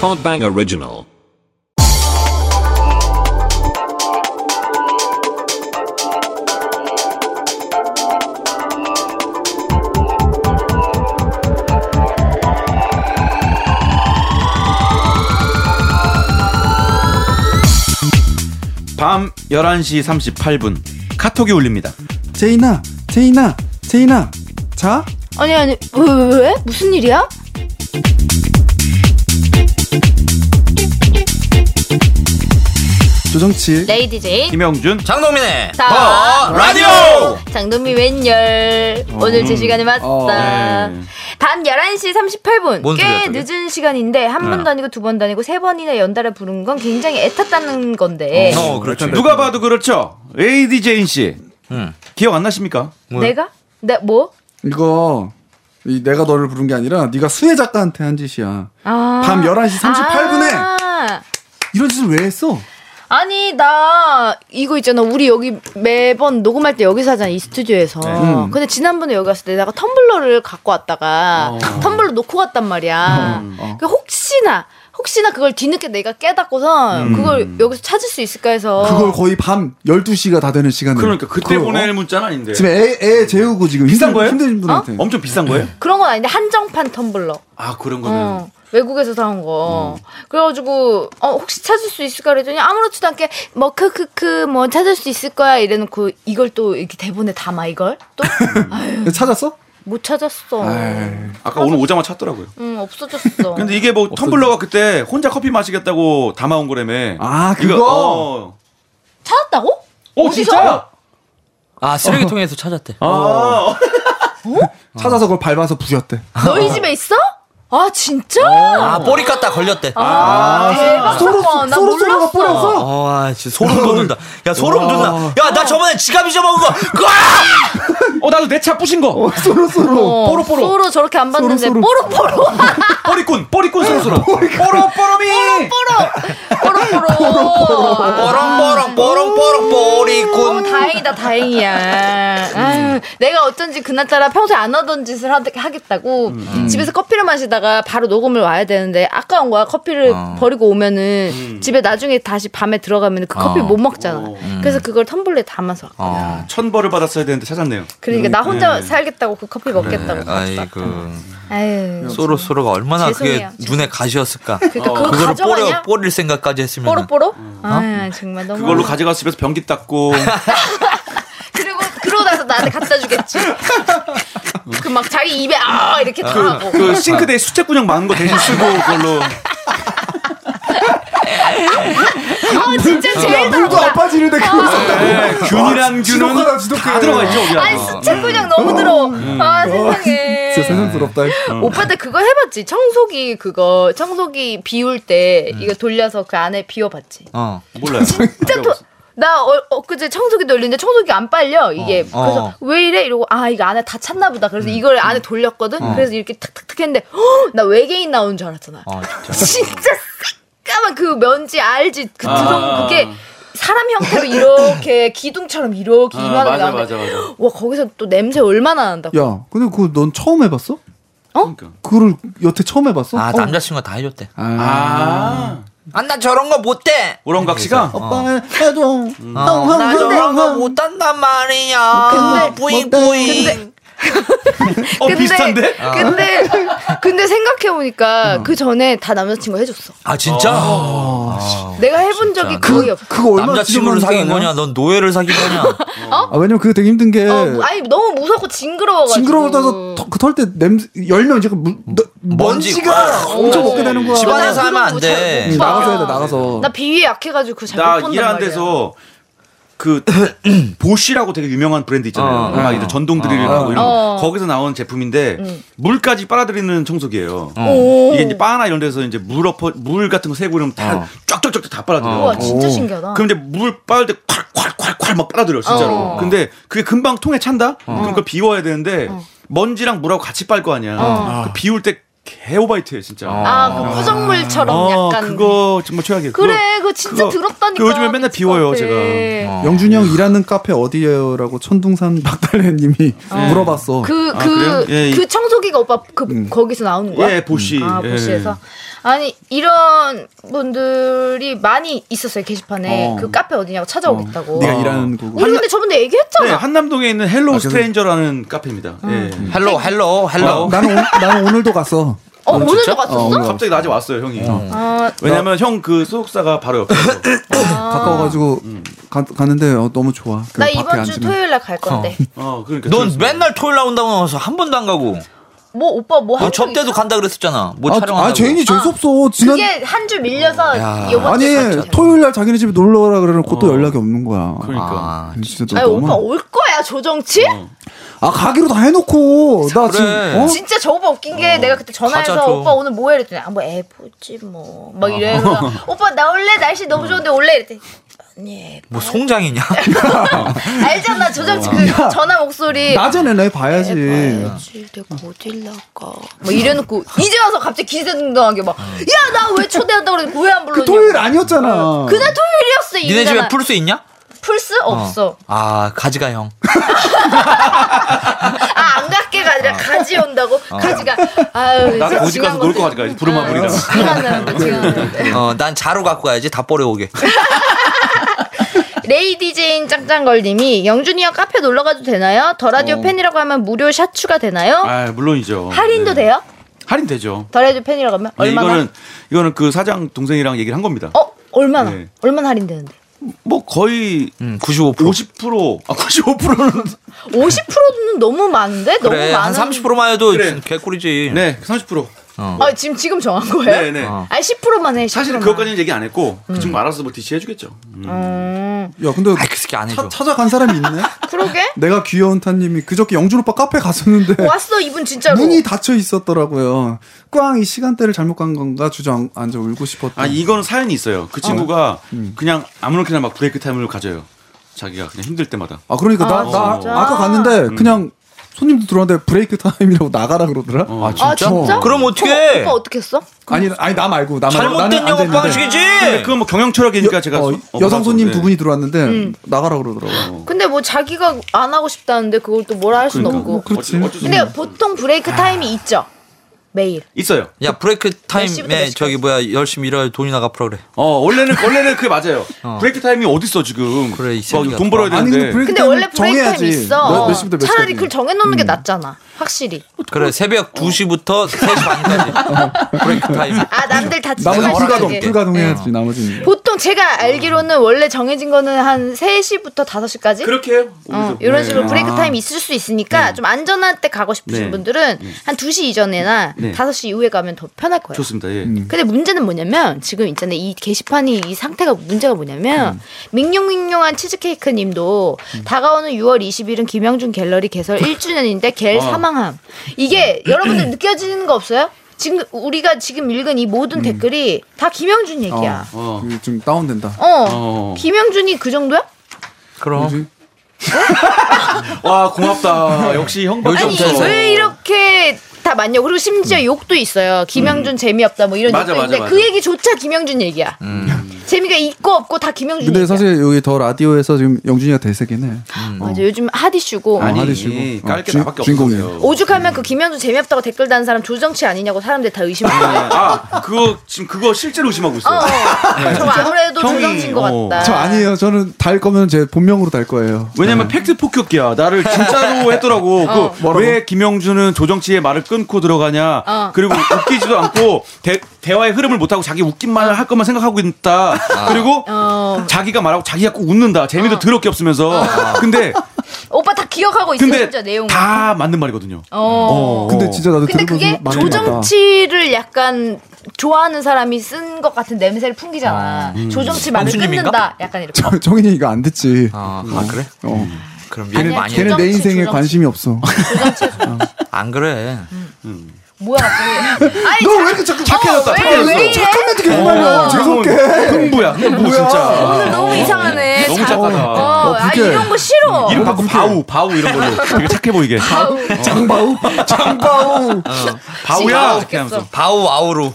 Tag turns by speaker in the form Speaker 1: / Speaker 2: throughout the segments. Speaker 1: Podbang Original.
Speaker 2: 밤 11시 38분 카톡이 울립니다.
Speaker 3: 제이나, 제이나, 제이나. 자,
Speaker 4: 아니 아니 왜, 왜, 왜? 무슨 일이야?
Speaker 3: 조정치.
Speaker 4: 레이디 제인
Speaker 2: 김영준
Speaker 5: 장동민의
Speaker 4: 다
Speaker 5: 더 네. 어, 라디오 음.
Speaker 4: 장동민 웬열 오늘 제 시간에 맞다
Speaker 3: 어,
Speaker 4: 밤 11시 38분
Speaker 5: 네. 뭔
Speaker 4: 꽤
Speaker 5: 소리야, 저게? 네.
Speaker 4: 늦은 시간인데 한 번 다니고 두 번 다니고 세 번이나 연달아 부른 건 굉장히 애탔다는 건데
Speaker 5: 어 그렇죠
Speaker 2: 누가 봐도 그렇죠. AD 제인 씨
Speaker 5: 응.
Speaker 2: 기억 안 나십니까?
Speaker 4: 내가? 내 뭐?
Speaker 3: 이거 이 내가 너를 부른 게 아니라 네가 수혜 작가한테 한 짓이야.
Speaker 4: 아.
Speaker 3: 밤 11시 38분에
Speaker 4: 아.
Speaker 3: 이런 짓을 왜 했어?
Speaker 4: 아니 나 이거 있잖아 우리 여기 매번 녹음할 때 여기서 하잖아 이 스튜디오에서
Speaker 3: 네.
Speaker 4: 근데 지난번에 여기 왔을 때 내가 텀블러를 갖고 왔다가
Speaker 3: 어.
Speaker 4: 텀블러 놓고 갔단 말이야
Speaker 3: 음.
Speaker 4: 그 혹시나 혹시나 그걸 뒤늦게 내가 깨닫고서 그걸 여기서 찾을 수 있을까 해서
Speaker 3: 음. 그걸 거의 밤 12시가 다 되는 시간에.
Speaker 2: 그러니까 그때
Speaker 3: 그걸,
Speaker 2: 보낼
Speaker 3: 어?
Speaker 2: 문자는 아닌데.
Speaker 3: 지금 애, 애 재우고 지금
Speaker 2: 비싼
Speaker 3: 힘들-
Speaker 2: 거예요?
Speaker 3: 힘든 분한테.
Speaker 4: 어?
Speaker 2: 엄청 비싼 거예요?
Speaker 4: 그런 건 아닌데 한정판 텀블러
Speaker 2: 네. 아 그런
Speaker 3: 음.
Speaker 2: 거는
Speaker 4: 어, 외국에서 사온 거. 그래가지고, 어, 혹시 찾을 수 있을까? 그랬더니 아무렇지도 않게, 뭐, 크크크, 뭐, 찾을 수 있을 거야. 이래놓고, 이걸 또 이렇게 대본에 담아, 이걸? 또? 아유,
Speaker 3: 네, 찾았어?
Speaker 4: 못 찾았어.
Speaker 3: 에이.
Speaker 2: 아까 오늘 오자마자 찾더라고요.
Speaker 4: 응, 없어졌어.
Speaker 2: 근데 이게 뭐 텀블러가 그때 혼자 커피 마시겠다고 담아온 거라며.
Speaker 3: 아, 그거?
Speaker 2: 이거, 어.
Speaker 4: 찾았다고?
Speaker 2: 어,
Speaker 4: 어디서?
Speaker 2: 진짜?
Speaker 5: 아 쓰레기통에서 찾았대
Speaker 2: 아, 어.
Speaker 3: 찾아서 그걸 밟아서 부셨대.
Speaker 4: 너희 집에 있어? 아, 진짜?
Speaker 5: 아 뽀리 깠다 걸렸대
Speaker 4: 아, 대박
Speaker 3: 소로-
Speaker 4: 사건. 나
Speaker 3: 소로- 소로가
Speaker 4: 몰랐어.
Speaker 3: 뿌려서?
Speaker 5: 어, 아, 진짜 소름 돋는다. 야, 소름 돋는다. 야, 나 저번에 지갑 잊어먹은 거. 그거!
Speaker 2: 어, 나도 내 차 부신 거.
Speaker 3: 쏘로쏘로.
Speaker 4: 어,
Speaker 2: 뽀로뽀로.
Speaker 4: 소로 저렇게 안 봤는데,
Speaker 3: 소로-
Speaker 4: 뽀로뽀로.
Speaker 2: 뽀리꾼, 뽀리꾼 소로소로. 뽀로뽀로미!
Speaker 4: 뽀로뽀로. 아.
Speaker 5: 뽀롱뽀롱, 뽀롱뽀롱,
Speaker 4: 어,
Speaker 5: 뽀리꾼.
Speaker 4: 다행이다, 다행이야. 아유, 내가 어쩐지 그날따라 평소에 안 하던 짓을 하, 겠다고 집에서 커피를 마시다가 바로 녹음을 와야 되는데 아까운 거야. 커피를 버리고 오면은 집에 나중에 다시 밤에 들어가면 그 커피
Speaker 5: 어.
Speaker 4: 못 먹잖아. 그래서 그걸 텀블러에 담아서. 왔거든.
Speaker 5: 어.
Speaker 2: 천벌을 받았어야 되는데 찾았네요.
Speaker 4: 그러니까 나 혼자
Speaker 2: 음.
Speaker 4: 살겠다고 그 커피 먹겠다고.
Speaker 5: 아이고.
Speaker 4: 아유.
Speaker 5: 소로소로가 얼마나
Speaker 4: 죄송해요.
Speaker 5: 그게 눈에 가시였을까.
Speaker 4: 그러니까 그거
Speaker 5: 그걸
Speaker 4: 가져가냐?
Speaker 5: 뽀려, 뽀릴 생각까지 했으면.
Speaker 4: 뽀로뽀로? 아, 정말 너무.
Speaker 2: 그걸로 가져가서 집에서 변기 닦고.
Speaker 4: 그리고 그러고 나서 나한테 갖다 주겠지. 그 막 자기 입에 아 이렇게 다 하고.
Speaker 2: 그 싱크대에 수채구녕 많은 거 대신 쓰고 그걸로.
Speaker 4: 아 진짜 제일
Speaker 3: 그 물도 안
Speaker 4: 더럽다.
Speaker 3: 빠지는데 그걸 썼다.
Speaker 2: 네, 균이랑 균은
Speaker 3: 지독하다, 지독해. 어,
Speaker 2: 다 들어가 있죠, 여기
Speaker 4: 아니
Speaker 2: 안에.
Speaker 4: 수채 분양 너무 더러워. 아 세상에.
Speaker 3: 음. 진짜 세상스럽다.
Speaker 4: 오빠들 그거 해봤지? 청소기 그거 청소기 비울 때 이거 돌려서 그 안에 비워봤지.
Speaker 5: 어.
Speaker 2: 몰라요.
Speaker 4: 진짜 도, 나 어, 엊그제 청소기 돌리는데 청소기 안 빨려 이게
Speaker 5: 어.
Speaker 4: 그래서
Speaker 5: 어.
Speaker 4: 왜 이래 이러고 아 이거 안에 다 찼나 보다 그래서 이걸 안에 돌렸거든 그래서 이렇게 탁탁탁 했는데 헉, 나 외계인 나오는 줄 알았잖아
Speaker 5: 어, 진짜.
Speaker 4: 진짜 새까만 그 면지 알지 그 두성
Speaker 2: 아.
Speaker 4: 그게 사람 형태로 이렇게 기둥처럼 이렇게
Speaker 2: 아,
Speaker 4: 이만하게
Speaker 2: 맞아,
Speaker 4: 나오는데
Speaker 2: 맞아, 맞아.
Speaker 4: 와 거기서 또 냄새 얼마나 난다고
Speaker 3: 야, 근데 그거 넌 처음 해봤어?
Speaker 2: 그러니까.
Speaker 3: 그거를 여태 처음 해봤어?
Speaker 5: 아,
Speaker 3: 어.
Speaker 5: 남자친구가 아. 다 해줬대.
Speaker 2: 아,
Speaker 5: 아, 나 저런 거 못해!
Speaker 2: 오랑각 씨가
Speaker 3: 오빠는
Speaker 5: 어.
Speaker 3: 해줘.
Speaker 5: 나 저런 거 못한단 말이야.
Speaker 4: 근데-
Speaker 5: 뿌잉뿌잉.
Speaker 2: 어 비슷한데?
Speaker 4: 근데 아. 근데 생각해 보니까 그 전에 다 남자친구 해줬어.
Speaker 5: 아, 진짜? 아, 어,
Speaker 4: 내가 해본 적이 거의 없어.
Speaker 3: 그거 얼마나
Speaker 5: 남자친구를
Speaker 3: 지저분한지
Speaker 5: 사귄
Speaker 3: 아냐?
Speaker 5: 거냐? 넌 노예를 사귄 거냐?
Speaker 3: 아, 왜냐면 그게 되게 힘든 게
Speaker 4: 어, 아니 너무 무섭고 징그러워가지고.
Speaker 3: 징그러움을 떠서 그털 때 냄새 열면 이제 그 무- 너-
Speaker 5: 먼지. 아, 어.
Speaker 3: 먼지가 엄청 먹게 되는 거야.
Speaker 4: 어. 집안에
Speaker 5: 집안에서 하면 안
Speaker 4: 응,
Speaker 5: 돼.
Speaker 3: 응, 나가서 해야 돼.
Speaker 4: 봐.
Speaker 3: 나가서.
Speaker 4: 나 비위에 약해가지고 그거 잘못 본단
Speaker 2: 나일안
Speaker 4: 말이야.
Speaker 2: 데서 그 보쉬라고 되게 유명한 브랜드 있잖아요.
Speaker 5: 어,
Speaker 2: 막
Speaker 5: 어.
Speaker 2: 이런 전동 드릴하고
Speaker 3: 어.
Speaker 2: 이런 거.
Speaker 4: 어. 음.
Speaker 2: 거기서 나온 제품인데 물까지 빨아들이는 청소기예요.
Speaker 4: 어. 오.
Speaker 2: 이게 이제 바나 이런 데서 이제 물 엎어 물 같은 거 세고 이러면 다 쫙쫙쫙 다 빨아들여.
Speaker 4: 우와 진짜
Speaker 3: 오.
Speaker 4: 신기하다.
Speaker 2: 그럼 이제 물 빨 때 콸콸콸콸 막 빨아들여 진짜로.
Speaker 4: 어.
Speaker 2: 근데 그게
Speaker 4: 어.
Speaker 2: 금방 통에 찬다. 그럼 그걸 비워야 되는데 먼지랑 물하고 같이 빨 거 아니야. 그 비울 때 개오바이트예요 진짜.
Speaker 4: 아, 그 포정물처럼
Speaker 2: 어,
Speaker 4: 약간.
Speaker 2: 그거 정말 최악이에요.
Speaker 4: 그래, 그거 진짜
Speaker 2: 그거-
Speaker 4: 더럽다니까.
Speaker 2: 그거 요즘에 맨날
Speaker 4: 믹스
Speaker 2: 비워요,
Speaker 4: 카페.
Speaker 2: 제가.
Speaker 5: 어.
Speaker 3: 영준이 형 일하는 카페 어디예요라고 천둥산 박달래님이 물어봤어.
Speaker 4: 그,
Speaker 2: 아,
Speaker 4: 그,
Speaker 2: 그래요? 예, 이-
Speaker 4: 그 청소기가 오빠 그, 거기서 나오는 거야?
Speaker 2: 예, 보시.
Speaker 4: 아,
Speaker 2: 예.
Speaker 4: 보시에서. 아니, 이런 분들이 많이 있었어요, 게시판에.
Speaker 2: 어.
Speaker 4: 그 카페 어디냐고 찾아오겠다고.
Speaker 3: 네가 일하는 곳.
Speaker 4: 우리 근데 저번에 얘기했잖아.
Speaker 2: 네, 한남동에 있는 헬로우
Speaker 3: 그래서-
Speaker 2: 스트레인저라는 카페입니다.
Speaker 4: 음.
Speaker 2: 예.
Speaker 5: 헬로 헬로 헬로.
Speaker 3: 나는 오, 나는 오늘도 갔어.
Speaker 4: 어, 오늘도
Speaker 5: 진짜?
Speaker 4: 갔었어?
Speaker 3: 어,
Speaker 2: 갑자기 낮에 왔어요, 형이.
Speaker 4: 아,
Speaker 2: 왜냐면 형 그 소속사가 바로 옆에.
Speaker 3: 가까워가지고
Speaker 5: 음.
Speaker 3: 가, 갔는데 어, 너무 좋아. 그
Speaker 4: 나
Speaker 3: 밖에
Speaker 4: 이번 주
Speaker 3: 앉으면.
Speaker 4: 토요일 날 갈 건데.
Speaker 2: 어, 그러니까.
Speaker 5: 넌
Speaker 2: 저였어요.
Speaker 5: 맨날 토요일 나온다고 나와서 한 번도 안 가고.
Speaker 4: 뭐 오빠 뭐
Speaker 3: 어,
Speaker 5: 너
Speaker 4: 한주
Speaker 5: 접대도 간다 그랬었잖아. 뭐
Speaker 3: 아,
Speaker 5: 촬영한다고.
Speaker 3: 아 제인이 재수 없어. 지난 어,
Speaker 4: 그게 한 주 밀려서
Speaker 5: 야.
Speaker 4: 요번
Speaker 3: 아니
Speaker 4: 주에 갈게.
Speaker 3: 토요일 날 자기네 집에 놀러 오라 그러고 또 연락이 없는 거야.
Speaker 2: 어. 그러니까.
Speaker 5: 아,
Speaker 3: 진짜
Speaker 4: 아니
Speaker 3: 너
Speaker 4: 오빠
Speaker 3: 너무.
Speaker 4: 올 거야 조정치?
Speaker 3: 아 가기로 다 해놓고 나
Speaker 5: 그래.
Speaker 3: 지금 어?
Speaker 4: 진짜 저 오빠 웃긴 게 내가 그때 전화해서
Speaker 5: 가자, 좀.
Speaker 4: 오빠 오늘 뭐해 이랬더니 아뭐애 보지 뭐
Speaker 3: 어.
Speaker 4: 막 이래 그래서 오빠 나 원래 날씨 너무 좋은데 올래 이랬더니 아니 애
Speaker 5: 뭐 송장이냐?
Speaker 4: 알잖아 조정치 그 전화 목소리
Speaker 3: 낮에는 내 봐야지.
Speaker 2: 네.
Speaker 4: 네, 애봐야지 내가 어딜 나가 뭐 이래놓고 이제 와서 갑자기 기세등등하게 막 야 나 왜 초대한다고 그랬는데 왜 안
Speaker 3: 그
Speaker 4: 불렀냐
Speaker 3: 토요일 아니었잖아.
Speaker 4: 어. 그날 토요일이었어 이
Speaker 5: 니네 집에 풀 수 있냐?
Speaker 4: 풀스 없어
Speaker 5: 어. 아 가지가 형.
Speaker 4: 아 안 갈게가 아니라 가지 온다고 가지가 아유
Speaker 2: 어.
Speaker 4: 어,
Speaker 2: 나는 오직 가서 놀 것 같아, 부르마블이랑.
Speaker 4: 시간나는데 시간
Speaker 5: 어, 난 자루 갖고 가야지 다 버려오게.
Speaker 4: 레이디 제인 짱짱걸님이 영준이 형 카페 놀러 가도 되나요? 더 라디오 팬이라고 하면 무료 샷추가 되나요?
Speaker 2: 어. 아, 물론이죠.
Speaker 4: 할인도
Speaker 2: 네.
Speaker 4: 돼요?
Speaker 2: 할인 되죠.
Speaker 4: 더 라디오 팬이라고 하면
Speaker 2: 아니,
Speaker 4: 얼마나?
Speaker 2: 이거는 이거는 그 사장 동생이랑 얘기를 한 겁니다.
Speaker 4: 어 얼마나?
Speaker 2: 네.
Speaker 4: 얼마나 할인되는데?
Speaker 2: 뭐 거의
Speaker 5: 음, 95%.
Speaker 2: 50% 아, 95%는
Speaker 4: 50%는 너무 많은데? 너무
Speaker 5: 그래 한
Speaker 4: 많은.
Speaker 5: 30%만 해도
Speaker 2: 그래.
Speaker 5: 진- 개꿀이지.
Speaker 2: 네, 30%.
Speaker 4: 아 지금 지금 정한 거예요?
Speaker 2: 네, 네.
Speaker 5: 어.
Speaker 4: 아 10%만 해. 10%만.
Speaker 2: 사실은 그것까지는 얘기 안 했고 그 친구 알아서 뭐 DC 해주겠죠. 음.
Speaker 4: 음,
Speaker 3: 야 근데
Speaker 5: 아이 그 새끼 안 해줘.
Speaker 3: 차- 찾아간 사람이 있네.
Speaker 4: 그러게.
Speaker 3: 내가 귀여운 타님이 그저께 영준 오빠 카페 갔었는데
Speaker 4: 왔어 이분 진짜로.
Speaker 3: 문이 닫혀 있었더라고요. 꽝 이 시간대를 잘못 간 건가 주저앉아 울고 싶었다.
Speaker 2: 아 이거는 사연이 있어요. 그 친구가 그냥 아무렇게나 막 브레이크 타임을 가져요. 자기가 그냥 힘들 때마다.
Speaker 3: 아 그러니까 나,
Speaker 4: 아,
Speaker 3: 나
Speaker 4: 진짜?
Speaker 3: 아까 갔는데
Speaker 2: 음.
Speaker 3: 그냥 손님도 들어왔는데 브레이크 타임이라고 나가라 그러더라.
Speaker 2: 어. 아,
Speaker 4: 아 진짜?
Speaker 3: 어.
Speaker 5: 그럼 어떻게?
Speaker 4: 오빠 어떻게 했어?
Speaker 3: 아니 아니 나 말고 나 말고
Speaker 5: 잘못된 영업
Speaker 3: 앉아있는데
Speaker 5: 방식이지.
Speaker 2: 근데 그건 뭐 경영 철학이니까
Speaker 3: 여-
Speaker 2: 제가
Speaker 3: 어,
Speaker 2: 손- 어,
Speaker 3: 여성 손님
Speaker 2: 받았는데.
Speaker 3: 두 분이 들어왔는데
Speaker 4: 음.
Speaker 3: 나가라 그러더라고.
Speaker 4: 근데 뭐 자기가 안 하고 싶다는데 그걸 또 뭐라 할 순
Speaker 2: 그러니까.
Speaker 4: 없고.
Speaker 3: 그렇지.
Speaker 2: 어쩔- 어쩔 수
Speaker 4: 근데
Speaker 2: 없는-
Speaker 4: 보통 브레이크 타임이 있죠. 매일.
Speaker 2: 있어요.
Speaker 5: 야 브레이크
Speaker 4: 시부터 몇
Speaker 5: 타임에 네,
Speaker 4: 시까지?
Speaker 5: 저기 뭐야 열심히 일할 돈이나 갚으라 그래.
Speaker 2: 어 원래는 원래는 그게 맞아요. 브레이크 타임이 어디 있어 지금?
Speaker 5: 그래, 이
Speaker 2: 막
Speaker 5: 새끼가.
Speaker 2: 돈 벌어야
Speaker 3: 아니,
Speaker 2: 되는데.
Speaker 3: 근데 브레이크-
Speaker 4: 근데
Speaker 3: 타임을
Speaker 4: 원래 브레이크 타임이
Speaker 3: 정해야지.
Speaker 4: 있어.
Speaker 3: 몇- 몇 시부터 몇
Speaker 4: 차라리
Speaker 3: 시까지.
Speaker 4: 그걸 정해놓는 게 낫잖아. 확실히.
Speaker 5: 그래 새벽 2시부터 3시 반까지 브레이크 타임.
Speaker 4: 아 남들 다
Speaker 3: 나머지
Speaker 4: 지각할
Speaker 3: 불가동
Speaker 4: 때.
Speaker 3: 불가동해야지 나머지는.
Speaker 4: 보통 제가 알기로는 원래 정해진 거는 한 3시부터 5시까지?
Speaker 2: 어. 그렇게 해요.
Speaker 4: 어,
Speaker 2: 오늘도.
Speaker 4: 이런
Speaker 2: 네.
Speaker 4: 식으로 브레이크
Speaker 3: 아.
Speaker 4: 타임이 있을 수 있으니까 좀 안전한 때 가고 싶으신
Speaker 2: 네.
Speaker 4: 분들은 한 2시 이전에나
Speaker 2: 네.
Speaker 4: 5시 이후에 가면 더 편할 거예요.
Speaker 2: 좋습니다. 예.
Speaker 4: 근데 문제는 뭐냐면 지금 있잖아요 이 게시판이 이 상태가 문제가
Speaker 2: 음.
Speaker 4: 뭐냐면 밍룡밍룡한 치즈케이크님도 다가오는 6월 20일은 김영준 갤러리 개설 1주년인데 갤 사망함 이게
Speaker 2: 음.
Speaker 4: 여러분들 느껴지는 거 없어요? 지금 우리가 지금 읽은 이 모든 댓글이 다 김영준 얘기야. 어,
Speaker 2: 음. 어.
Speaker 3: 이게 좀 다운된다.
Speaker 2: 어.
Speaker 4: 김영준이 그 정도야?
Speaker 5: 그럼
Speaker 3: 뭐지?
Speaker 2: 와 고맙다. 역시 형
Speaker 5: 요즘
Speaker 4: 아니
Speaker 5: 없어요.
Speaker 4: 왜 이렇게 다 맞냐? 그리고 심지어 욕도 있어요. 김영준 재미없다 뭐
Speaker 2: 음.
Speaker 4: 이런
Speaker 2: 맞아,
Speaker 4: 욕도 있는데
Speaker 2: 맞아, 맞아. 음.
Speaker 4: 그 얘기조차 김영준 얘기야. 재미가 있고 없고 다 김영준
Speaker 3: 근데
Speaker 4: 얘기야.
Speaker 3: 사실 여기 더 라디오에서 지금 영준이가 대세긴 해.
Speaker 4: 맞아 요즘 핫 이슈고
Speaker 2: 아니 음.
Speaker 3: 하루 쉬고.
Speaker 2: 깔게
Speaker 3: 어,
Speaker 2: 나밖에
Speaker 3: 주인-
Speaker 2: 없어요.
Speaker 3: 주인공이에요.
Speaker 4: 오죽하면 그 김현수 재미없다고 댓글 다는 사람 조정치 아니냐고 사람들이 다 의심하고
Speaker 2: 아 그거 지금 그거 실제로 의심하고
Speaker 4: 어,
Speaker 2: 있어요.
Speaker 4: 어. 저 아무래도
Speaker 2: 네. 형이,
Speaker 4: 조정치인 것
Speaker 2: 어.
Speaker 4: 같다
Speaker 3: 저 아니에요. 저는 달 거면 제 본명으로 달 거예요.
Speaker 2: 왜냐면 팩트 폭격기야. 나를
Speaker 4: 어.
Speaker 2: 진짜로 했더라고. 그, 왜 김영준은 조정치의 말을 끊고 들어가냐.
Speaker 4: 어.
Speaker 2: 그리고 웃기지도 않고 대, 대화의 흐름을 못하고 자기 웃긴 말을 할 것만 생각하고 있다. 그리고
Speaker 4: 아. 어.
Speaker 2: 자기가 말하고 자기가 꼭 웃는다. 재미도 더럽게 없으면서. 근데,
Speaker 4: 오빠 다 기억하고 있어
Speaker 2: 근데
Speaker 4: 어. 진짜 내용
Speaker 2: 다 맞는 말이거든요.
Speaker 4: 어.
Speaker 2: 어.
Speaker 3: 아, 근데 진짜 나도
Speaker 4: 근데
Speaker 3: 들으면서
Speaker 4: 그게
Speaker 3: 많이 놀랐다.
Speaker 4: 조정치를 약간 좋아하는 사람이 쓴 것 같은 냄새를 풍기잖아
Speaker 3: 음.
Speaker 4: 조정치 말을
Speaker 5: 형수님인가?
Speaker 4: 끊는다 약간 이렇게
Speaker 3: 정- 정인이 이거 안 듣지.
Speaker 5: 아, 아 그래?
Speaker 3: 어.
Speaker 5: 그럼 미리
Speaker 4: 아니야,
Speaker 5: 많이
Speaker 4: 걔는-
Speaker 5: 해.
Speaker 3: 걔는 내
Speaker 4: 조정치,
Speaker 3: 인생에
Speaker 4: 조정치.
Speaker 3: 관심이 없어.
Speaker 5: 안 그래.
Speaker 4: 뭐야 갑자기. 아니
Speaker 3: 너 왜 이렇게 자꾸 착해졌다?
Speaker 4: 어, 왜,
Speaker 3: 착해졌어.
Speaker 4: 왜 어. 이래?
Speaker 3: 착한 애도 계속 말려.
Speaker 2: 죄송해. 흥부야. 흥부 진짜.
Speaker 4: 어.
Speaker 2: 아.
Speaker 4: 오늘 너무 이상하네
Speaker 2: 너무
Speaker 4: 자-
Speaker 2: 착하다.
Speaker 4: 어,
Speaker 3: 어,
Speaker 4: 아
Speaker 3: 오케이.
Speaker 4: 이런 거 싫어.
Speaker 2: 이름 바꾸 바우 바우 이런 걸로 되게 착해 보이게
Speaker 4: 아우,
Speaker 3: 장바우 장바우
Speaker 2: 바우야 이렇게
Speaker 4: 웃겼어.
Speaker 2: 하면서
Speaker 5: 바우 아우루.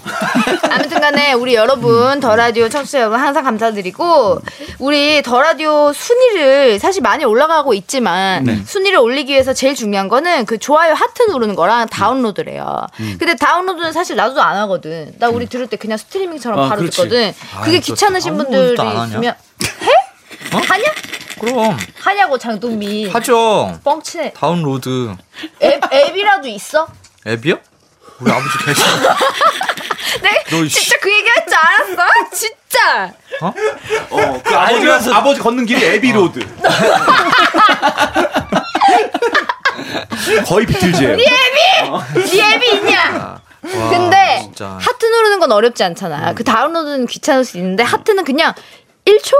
Speaker 4: 아무튼간에 우리 여러분 더 라디오 청취자 여러분 항상 감사드리고 우리 더 라디오 순위를 사실 많이 올라가고 있지만
Speaker 5: 네.
Speaker 4: 순위를 올리기 위해서 제일 중요한 거는 그 좋아요 하트 누르는 거랑 다운로드래요.
Speaker 5: 음.
Speaker 4: 근데 다운로드는 사실 나도 안 하거든. 나 우리 들을 때 그냥 스트리밍처럼
Speaker 2: 아,
Speaker 4: 바로
Speaker 2: 그렇지.
Speaker 4: 듣거든.
Speaker 5: 아이,
Speaker 4: 그게
Speaker 5: 또
Speaker 4: 귀찮으신 분들이
Speaker 5: 다운로드도 안 하냐?
Speaker 4: 있으면 해? 하냐?
Speaker 5: 그럼
Speaker 4: 하냐고 장동민.
Speaker 5: 하죠.
Speaker 4: 뻥치네.
Speaker 5: 다운로드
Speaker 4: 앱, 앱이라도 있어?
Speaker 5: 앱이요? 우리 아버지 계시.
Speaker 4: 네?
Speaker 5: 너 씨.
Speaker 4: 진짜 그 얘기할 줄 알았어? 진짜.
Speaker 2: 어, 그 아버지
Speaker 5: 알면서-
Speaker 2: 아버지 걷는 길이 에비로드 거의 비틀즈예요
Speaker 4: 네 앱이 있냐? 근데
Speaker 5: 아, 진짜. 음.
Speaker 4: 하트 누르는 건 어렵지 않잖아. 그 다운로드는 귀찮을 수 있는데 하트는 그냥 1초?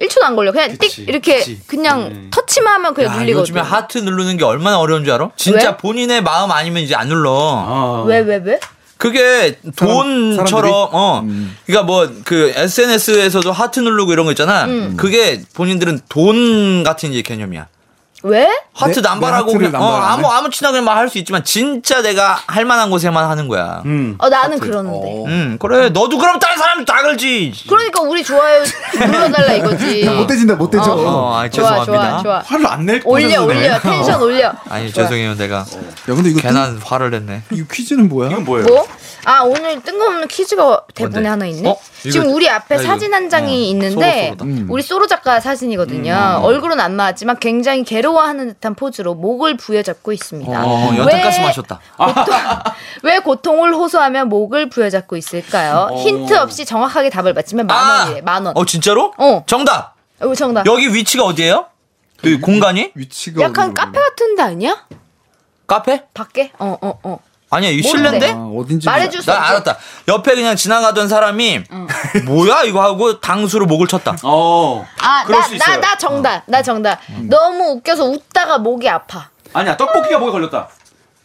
Speaker 4: 1초도 안 걸려. 그냥 띡 이렇게 그냥 터치만 하면
Speaker 5: 음.
Speaker 4: 그냥
Speaker 5: 야,
Speaker 4: 눌리거든.
Speaker 5: 아, 요즘에 하트 누르는 게 얼마나 어려운 줄 알아? 진짜
Speaker 4: 왜?
Speaker 5: 본인의 마음 아니면 이제 안 눌러.
Speaker 2: 어.
Speaker 4: 왜 왜 왜?
Speaker 5: 그게 돈처럼
Speaker 3: 사람들이? 음.
Speaker 5: 어 그러니까 뭐 그 SNS에서도 하트 누르고 이런 거
Speaker 4: 음.
Speaker 5: 있잖아.
Speaker 3: 음.
Speaker 5: 그게 본인들은 돈 같은 이제 개념이야.
Speaker 4: 왜?
Speaker 5: 하트
Speaker 3: 내-
Speaker 5: 남발하고
Speaker 3: 내 하트를
Speaker 5: 그냥, 어,
Speaker 3: 네? 남발하네.
Speaker 5: 아무 아무 친하게 막 할 수 있지만 진짜 내가 할 만한 곳에만 하는 거야. 음,
Speaker 4: 어 나는 그러는데.
Speaker 5: 그래 너도 그럼 다른 사람도 다 걸지.
Speaker 4: 그러니까 우리 좋아요 눌러달라 이거지.
Speaker 3: 못돼진다 못돼져
Speaker 5: 어, 아,
Speaker 4: 좋아
Speaker 5: 죄송합니다.
Speaker 4: 좋아 좋아.
Speaker 2: 화를 안낼 어.
Speaker 4: 올려 올려 텐션 올려.
Speaker 5: 아니
Speaker 4: 좋아. 그
Speaker 5: 죄송해요 내가
Speaker 3: 야 근데 이거
Speaker 5: 괜한 화를 냈네.
Speaker 3: 뜬- 이 퀴즈는 뭐야?
Speaker 2: 이건 뭐예요?
Speaker 4: 뭐? 아 오늘 뜬금없는 퀴즈가 대본에
Speaker 5: 네. 뭔데?
Speaker 4: 하나 있네.
Speaker 5: 어?
Speaker 4: 지금
Speaker 5: 이거-
Speaker 4: 우리 앞에
Speaker 5: 야, 이거-
Speaker 4: 사진 한 장이
Speaker 5: 어,
Speaker 4: 있는데
Speaker 5: 소로,
Speaker 3: 소로다.
Speaker 4: 우리 소로 작가 사진이거든요.
Speaker 5: 음,
Speaker 4: 얼굴은 안 나왔지만 굉장히 괴로워하는 듯한 포즈로 목을 부여잡고 있습니다.
Speaker 5: 어,
Speaker 4: 왜-
Speaker 5: 연탄가스 마셨다.
Speaker 4: 왜 고통을 호소하며 목을 부여잡고 있을까요? 힌트 없이 정확하게 답을 맞히면 만 원이에요. 만 원.
Speaker 5: 어 진짜로?
Speaker 4: 어.
Speaker 5: 정답.
Speaker 4: 어, 정답.
Speaker 5: 여기 위치가 어디예요?
Speaker 4: 음.
Speaker 5: 그 공간이?
Speaker 3: 위치가
Speaker 4: 약간
Speaker 3: 어디로
Speaker 4: 카페 같은 데 아니야?
Speaker 5: 카페?
Speaker 4: 밖에? 어, 어, 어.
Speaker 5: 아니야 이
Speaker 4: 모르는데.
Speaker 5: 실내인데?
Speaker 3: 아, 어딘지
Speaker 4: 말해줄 수
Speaker 5: 나
Speaker 4: 없어.
Speaker 5: 알았다. 옆에 그냥 지나가던 사람이 뭐야 이거 하고 당수로 목을 쳤다.
Speaker 2: 어
Speaker 4: 아,
Speaker 2: 그럴 수
Speaker 4: 나, 나,
Speaker 2: 있어요.
Speaker 4: 나 정답. 나 정답.
Speaker 5: 음.
Speaker 4: 너무 웃겨서 웃다가 목이 아파.
Speaker 2: 아니야 떡볶이가 목에 걸렸다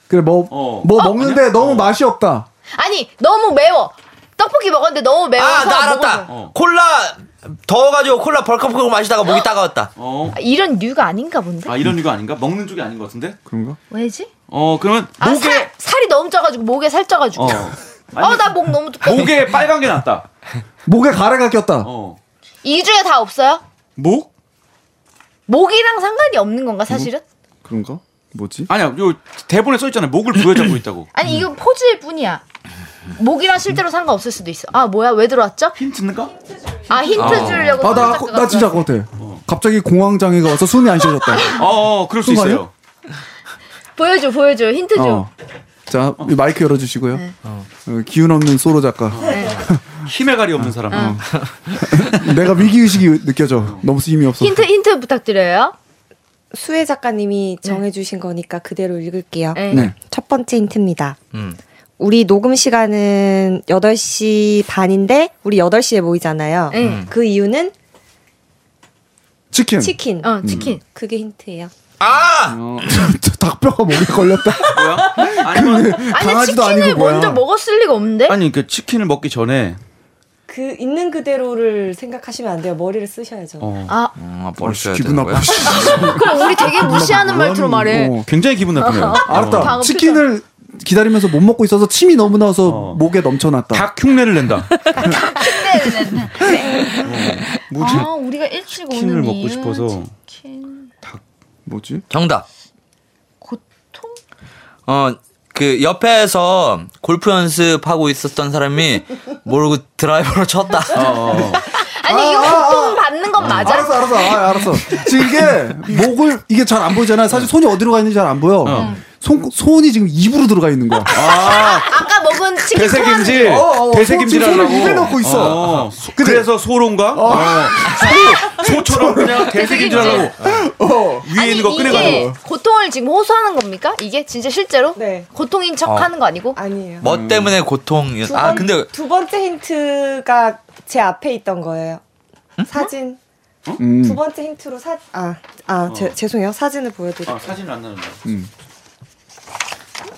Speaker 3: 그래 뭐 뭐
Speaker 2: 어.
Speaker 3: 먹는데 너무 맛이 없다
Speaker 4: 아니 너무 매워. 떡볶이 먹었는데 너무 매워서
Speaker 5: 아 나 알았다.
Speaker 4: 먹어서-
Speaker 2: 어.
Speaker 5: 콜라 더워가지고 콜라 벌컥벌컥 마시다가 목이 따가웠다.
Speaker 2: 어.
Speaker 4: 아, 이런 류가 아닌가 본데.
Speaker 2: 아 이런 이거 아닌가? 먹는 쪽이 아닌 것 같은데?
Speaker 3: 그런가?
Speaker 4: 왜지?
Speaker 2: 어 그러면
Speaker 4: 아
Speaker 2: 목에
Speaker 4: 살, 살이 너무 쪄가지고 목에 살 쪄가지고.
Speaker 2: 어 아니,
Speaker 4: 어 나 목 너무 두꺼워.
Speaker 2: 목에 빨간 게 났다.
Speaker 3: 목에 가래가 꼈다
Speaker 2: 어
Speaker 4: 이 중에 다 없어요?
Speaker 2: 목?
Speaker 4: 목이랑 상관이 없는 건가 사실은?
Speaker 3: 그런가? 뭐지?
Speaker 2: 아니야 요 대본에 써 있잖아요. 목을 부여잡고 있다고.
Speaker 4: 아니
Speaker 3: 음.
Speaker 4: 이건 포즈일 뿐이야. 목이랑 실제로 상관없을 수도 있어. 아 뭐야 왜 들어왔죠?
Speaker 2: 힌트인가?
Speaker 4: 아 힌트 주려고.
Speaker 3: 아 나 나 진짜 그거 같아 갑자기 공황장애가 와서 숨이 안 쉬어졌다
Speaker 2: 어, 어 그럴 수
Speaker 3: 그거
Speaker 2: 있어요.
Speaker 4: 보여줘 보여줘 힌트 줘.
Speaker 3: 어. 자, 이 마이크 열어주시고요.
Speaker 4: 네.
Speaker 3: 어, 기운 없는 소로 작가.
Speaker 2: 힘의 갈이 없는 사람. 어.
Speaker 3: 내가 위기의식이 느껴져. 너무 힘이 없어.
Speaker 4: 힌트 힌트 부탁드려요.
Speaker 1: 수혜 작가님이 정해주신 거니까 그대로 읽을게요.
Speaker 4: 네.
Speaker 3: 네.
Speaker 1: 첫 번째 힌트입니다.
Speaker 5: 음.
Speaker 1: 우리 녹음 시간은 8시 반인데 우리 8시에 모이잖아요.
Speaker 4: 네.
Speaker 5: 음.
Speaker 1: 그 이유는
Speaker 3: 치킨.
Speaker 1: 치킨.
Speaker 4: 어 치킨.
Speaker 1: 그게 힌트예요.
Speaker 5: 아
Speaker 3: 어. 저 닭뼈가 목에 걸렸다.
Speaker 2: 뭐야? 아니면
Speaker 4: 아니
Speaker 3: 강아지도
Speaker 4: 치킨을
Speaker 3: 아니고 뭐야.
Speaker 4: 먼저 먹었을 리가 없는데.
Speaker 2: 아니 그 치킨을 먹기 전에
Speaker 1: 그 있는 그대로를 생각하시면 안 돼요. 머리를 쓰셔야죠.
Speaker 2: 어
Speaker 4: 아
Speaker 5: 음,
Speaker 3: 씨,
Speaker 5: 버렸어야
Speaker 3: 기분
Speaker 5: 되는 거야.
Speaker 3: 나빠. 씨.
Speaker 4: 그럼 우리 되게 무시하는
Speaker 3: 뭐야,
Speaker 4: 말투로
Speaker 3: 뭐.
Speaker 4: 말해.
Speaker 3: 어.
Speaker 2: 굉장히 기분 나쁘네요.
Speaker 4: 아,
Speaker 3: 알았다.
Speaker 4: 방금
Speaker 3: 치킨을 기다리면서 못 먹고 있어서 침이 너무 나서
Speaker 2: 어.
Speaker 3: 목에 넘쳐났다.
Speaker 2: 닭 흉내를 낸다. 어, 뭐지?
Speaker 4: 아, 우리가 일찍
Speaker 2: 치킨을
Speaker 4: 오는
Speaker 2: 먹고
Speaker 4: 이유
Speaker 2: 싶어서.
Speaker 4: 치킨
Speaker 3: 뭐지?
Speaker 5: 정답.
Speaker 4: 고통?
Speaker 5: 어 그 옆에서 골프 연습하고 있었던 사람이 모르고 드라이버로 쳤다.
Speaker 3: 아.
Speaker 2: 어.
Speaker 4: 아니 이거 고통 받는 건 맞아?
Speaker 3: 알았어, 알았어, 아, 알았어. 지금 이게 목을 이게 잘 안 보이잖아. 사실
Speaker 2: 네.
Speaker 3: 손이 어디로 가 있는지 잘 안 보여. 손 손이 지금 입으로 들어가 있는 거야.
Speaker 2: 아
Speaker 4: 아까 먹은 치킨
Speaker 2: 대세김질
Speaker 3: 어, 어, 어. 손-
Speaker 2: 대세김질하려고
Speaker 3: 손을 입에 넣고 있어.
Speaker 2: 어. 그래서 소론가 어. 소 소처럼 그냥 대세김질하려고 어. 위에 있는 거
Speaker 4: 그, 이게
Speaker 2: 꺼내가지고
Speaker 4: 고통을 지금 호소하는 겁니까? 이게 진짜 실제로?
Speaker 1: 네.
Speaker 4: 고통인 척 하는 거 아니고?
Speaker 1: 아니에요.
Speaker 5: 뭐 때문에 고통이
Speaker 1: 두,
Speaker 5: 아
Speaker 1: 번,
Speaker 5: 근데
Speaker 1: 두 번째 힌트가 제 앞에 있던 거예요.
Speaker 5: 어?
Speaker 1: 사진.
Speaker 4: 어?
Speaker 3: 음.
Speaker 1: 두 번째 힌트로 사, 아, 아,
Speaker 5: 어.
Speaker 1: 제- 죄송해요. 사진을 보여드릴게요.
Speaker 2: 아, 사진을 안 나는데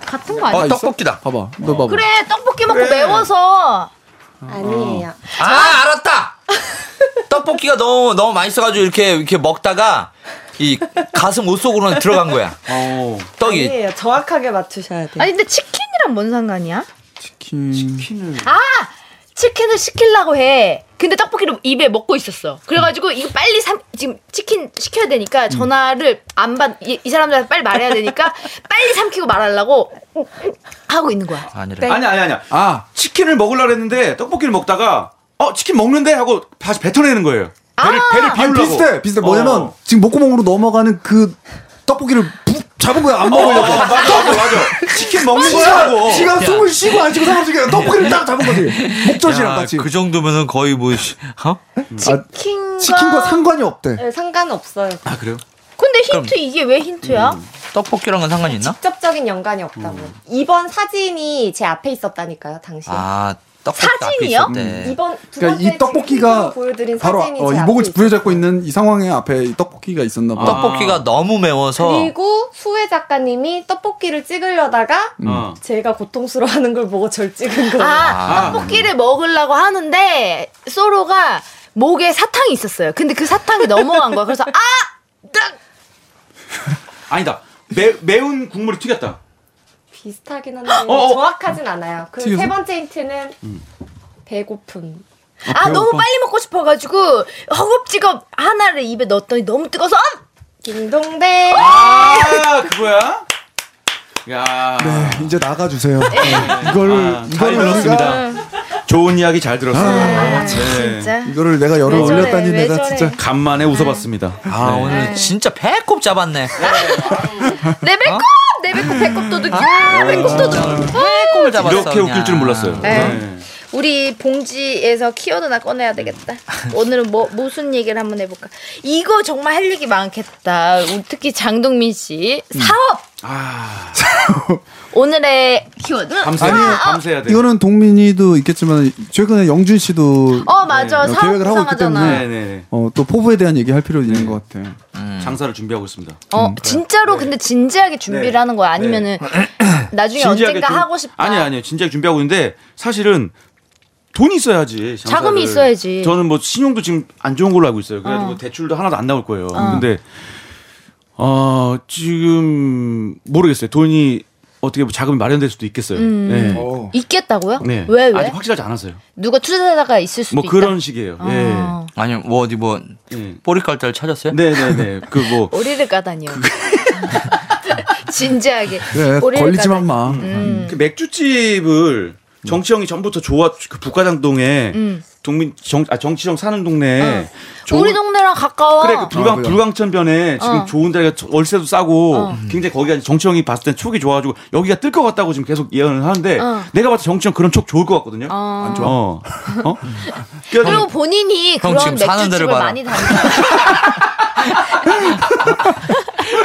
Speaker 4: 같은 거 아니야?
Speaker 5: 어 떡볶이다.
Speaker 3: 봐봐, 너 봐봐.
Speaker 4: 그래 떡볶이 먹고 매워서
Speaker 5: 어.
Speaker 1: 아니에요.
Speaker 5: 아 알았다. 떡볶이가 너무 너무 맛있어가지고 이렇게 이렇게 먹다가 이 가슴 옷 속으로 들어간 거야.
Speaker 2: 어.
Speaker 5: 떡이.
Speaker 1: 아니에요. 정확하게 맞추셔야 돼요.
Speaker 4: 아니 근데 치킨이랑 뭔 상관이야?
Speaker 3: 치킨.
Speaker 2: 아,
Speaker 4: 치킨을 시키려고 해. 근데 떡볶이를 입에 먹고 있었어. 그래가지고 이거 빨리 삼, 지금 치킨 시켜야 되니까 전화를 안 받, 이, 이 사람들한테 빨리 말해야 되니까 빨리 삼키고 말하려고 하고 있는 거야.
Speaker 5: 아니래.
Speaker 2: 아니 아니 아니야.
Speaker 3: 아,
Speaker 2: 치킨을 먹으려고 했는데 떡볶이를 먹다가 어 치킨 먹는데 하고 다시 뱉어내는 거예요. 배를 배를
Speaker 3: 아니,
Speaker 2: 비우려고.
Speaker 3: 비슷해. 비슷해. 뭐냐면
Speaker 2: 어.
Speaker 3: 지금 목구멍으로 넘어가는 그 떡볶이를 푹 잡은 거야. 안
Speaker 2: 어,
Speaker 3: 먹으려고.
Speaker 2: 맞아 맞아 맞아. 치킨 먹는 거야 하고.
Speaker 3: 지가, 지가 숨을 쉬고 안 쉬고 상관없이 그냥 떡볶이를 딱 잡은 거지. 목젖이랑 같이.
Speaker 5: 그 정도면은 거의 뭐 씨, 어?
Speaker 4: 치킨과,
Speaker 3: 아, 치킨과 상관이 없대.
Speaker 1: 네, 상관없어요.
Speaker 2: 아 그래요?
Speaker 4: 근데 힌트 이게 왜 힌트야?
Speaker 5: 떡볶이랑은 상관이 있나?
Speaker 1: 직접적인 연관이 없다고.
Speaker 2: 음.
Speaker 1: 이번 사진이 제 앞에 있었다니까요, 당시.
Speaker 5: 아 떡볶이 앞에
Speaker 4: 사진이요?
Speaker 2: 네.
Speaker 5: 있었대.
Speaker 1: 이번 두
Speaker 3: 그러니까
Speaker 1: 번째
Speaker 3: 이 떡볶이가
Speaker 1: 지금 보여드린
Speaker 3: 바로
Speaker 1: 사진이
Speaker 3: 어,
Speaker 1: 제
Speaker 3: 이
Speaker 1: 앞에
Speaker 3: 목을
Speaker 1: 있어요.
Speaker 3: 부여잡고 있는 이 상황에 앞에 이 떡볶이가 있었나 봐.
Speaker 2: 아.
Speaker 5: 떡볶이가 너무 매워서
Speaker 1: 그리고 수혜 작가님이 떡볶이를 찍으려다가
Speaker 3: 음.
Speaker 2: 어.
Speaker 1: 제가 고통스러워하는 걸 보고 절 찍은 거예요.
Speaker 4: 아,
Speaker 5: 아.
Speaker 4: 떡볶이를 먹으려고 하는데 소로가 목에 사탕이 있었어요. 근데 그 사탕이 넘어간 거야. 그래서 아! 딱!
Speaker 2: 아니다. 매, 매운 국물이 튀겼다.
Speaker 1: 비슷하긴 한데
Speaker 2: 어, 어.
Speaker 1: 정확하진 않아요. 그
Speaker 3: 튀겨서?
Speaker 1: 세 번째 힌트는
Speaker 3: 음.
Speaker 1: 배고픔.
Speaker 4: 아, 너무 빨리 먹고 싶어가지고 허겁지겁 하나를 입에 넣었더니 너무 뜨거워서 아!
Speaker 1: 딩동댕.
Speaker 2: 아 그거야? 야.
Speaker 3: 네, 이제 나가주세요. 이거를
Speaker 2: 아, 잘
Speaker 3: 이거를 우리가
Speaker 2: 들었습니다. 좋은 이야기 잘
Speaker 3: 아,
Speaker 2: 들었어요. 네.
Speaker 4: 진짜.
Speaker 3: 이거를 내가 열어
Speaker 4: 왜 저래,
Speaker 3: 올렸다니
Speaker 4: 왜
Speaker 3: 내가
Speaker 4: 저래.
Speaker 3: 진짜
Speaker 2: 간만에 웃어봤습니다.
Speaker 5: 아 오늘 진짜 배꼽 잡았네.
Speaker 4: 내 배꼽! 내 배꼽 배꼽 도둑이야! 배꼽 도둑!
Speaker 5: 배꼽을 잡았어.
Speaker 2: 네. 이렇게 웃길
Speaker 5: 그냥.
Speaker 2: 줄 몰랐어요.
Speaker 4: 네.
Speaker 2: 네.
Speaker 4: 우리 봉지에서 키워드 나 꺼내야 되겠다. 오늘은 뭐, 무슨 얘기를 한번 해볼까? 이거 정말 할 얘기 많겠다. 우리 특히 장동민 씨. 사업!
Speaker 2: 아,
Speaker 4: 오늘의 키워드.
Speaker 2: 밤새 밤새야 돼.
Speaker 3: 아, 이거는 동민이도 있겠지만 최근에 영준 씨도
Speaker 4: 어, 맞아.
Speaker 3: 네,
Speaker 4: 사업
Speaker 3: 계획을 하고 있기
Speaker 4: 이상하잖아.
Speaker 3: 때문에.
Speaker 2: 네, 네.
Speaker 3: 어, 또 포부에 대한 얘기 할 필요도 있는 것 같아.
Speaker 2: 장사를 준비하고 있습니다.
Speaker 4: 어,
Speaker 3: 음.
Speaker 4: 진짜로 근데 진지하게 준비를
Speaker 2: 네.
Speaker 4: 하는 거야. 아니면은
Speaker 3: 네.
Speaker 4: 나중에 언젠가
Speaker 2: 좀-
Speaker 4: 하고 싶다.
Speaker 2: 아니 아니요. 진지하게 준비하고 있는데 사실은 돈이 있어야지. 장사를.
Speaker 4: 자금이 있어야지.
Speaker 2: 저는 뭐 신용도 지금 안 좋은 걸로 알고 있어요. 그래가지고 대출도 하나도 안 나올 거예요. 근데 어, 지금 모르겠어요. 돈이 어떻게 뭐 자금이 마련될 수도 있겠어요. 네.
Speaker 4: 있겠다고요?
Speaker 2: 네.
Speaker 4: 음. 왜 왜?
Speaker 2: 아직 확실하지 않았어요.
Speaker 4: 누가 투자자가 있을 수도
Speaker 2: 뭐
Speaker 4: 있다.
Speaker 2: 그런 예. 식이에요.
Speaker 4: 아.
Speaker 5: 아니 뭐 어디 뭐
Speaker 2: 예. 예.
Speaker 5: 뽀리 깔때를 찾았어요?
Speaker 2: 네, 네, 네. 그 뭐.
Speaker 4: 오리를 까다니요. 진지하게.
Speaker 3: 그래,
Speaker 4: 오리를
Speaker 3: 네, 걸리지만
Speaker 4: 까다니.
Speaker 3: 마.
Speaker 1: 음.
Speaker 4: 음.
Speaker 2: 그 맥주집을 정치형이 전부터 좋아 그 북가장동에
Speaker 4: 음. 어.
Speaker 2: 동민 정, 아, 정치형 사는 동네 좋은-
Speaker 4: 우리 동네랑 가까워.
Speaker 2: 그래 그
Speaker 3: 아,
Speaker 2: 불광
Speaker 3: 그래요?
Speaker 2: 불광천변에 지금
Speaker 4: 어. 좋은
Speaker 2: 좋은 데가 저- 월세도 싸고
Speaker 4: 어.
Speaker 2: 굉장히 거기가 정치형이 봤을 땐 촉이 좋아가지고 여기가 뜰 것 같다고 지금 계속 예언을 하는데
Speaker 4: 어.
Speaker 2: 내가 봤을 때 정치형 그런 촉 좋을 것 같거든요.
Speaker 4: 어.
Speaker 2: 안 좋아. 어. 어? 그래가지고
Speaker 4: 그리고 본인이
Speaker 5: 형
Speaker 4: 그런
Speaker 5: 지금 사는 데를
Speaker 4: 맥주집을
Speaker 5: 봐라.
Speaker 4: 많이 다니다.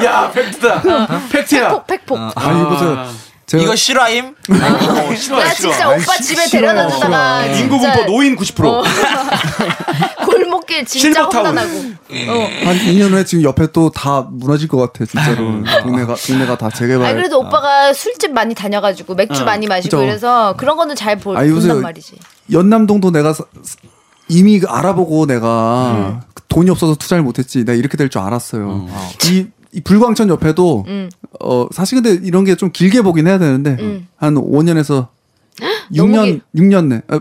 Speaker 2: 야 팩트다. 팩트야.
Speaker 4: 폭 어. 팩폭.
Speaker 3: 아니 보세요. 어, 제가
Speaker 5: 이거 실화임?
Speaker 2: 네,
Speaker 4: 나 진짜 오빠 집에 데려다
Speaker 3: 아,
Speaker 4: 주다가
Speaker 3: 어.
Speaker 4: 진짜 어.
Speaker 2: 인구분포 노인 90%.
Speaker 4: 골목길 진짜
Speaker 2: 실버타운. 예.
Speaker 4: 험난하고. 어.
Speaker 3: 한 2년 후에 지금 옆에 또 다 무너질 것 같아 진짜로 동네가 동네가 다
Speaker 4: 아
Speaker 3: 재개발. 아,
Speaker 4: 그래도 오빠가 술집 많이 다녀가지고 맥주 많이 마시고
Speaker 3: 그쵸.
Speaker 4: 그래서 그런 거는 잘 보,
Speaker 3: 아니, 요새
Speaker 4: 본단 말이지.
Speaker 3: 연남동도 내가 사- 사- 이미 알아보고
Speaker 5: 음.
Speaker 3: 내가 돈이 없어서 투자를 못했지. 내가 이렇게 될 줄 알았어요.
Speaker 4: 아.
Speaker 3: 이, 이 불광천 옆에도
Speaker 4: 음.
Speaker 3: 어 사실 근데 이런 게 좀 길게 보긴 해야 되는데 한 5년에서
Speaker 4: 너무
Speaker 3: 6년
Speaker 4: 길-
Speaker 3: 6년 내 아,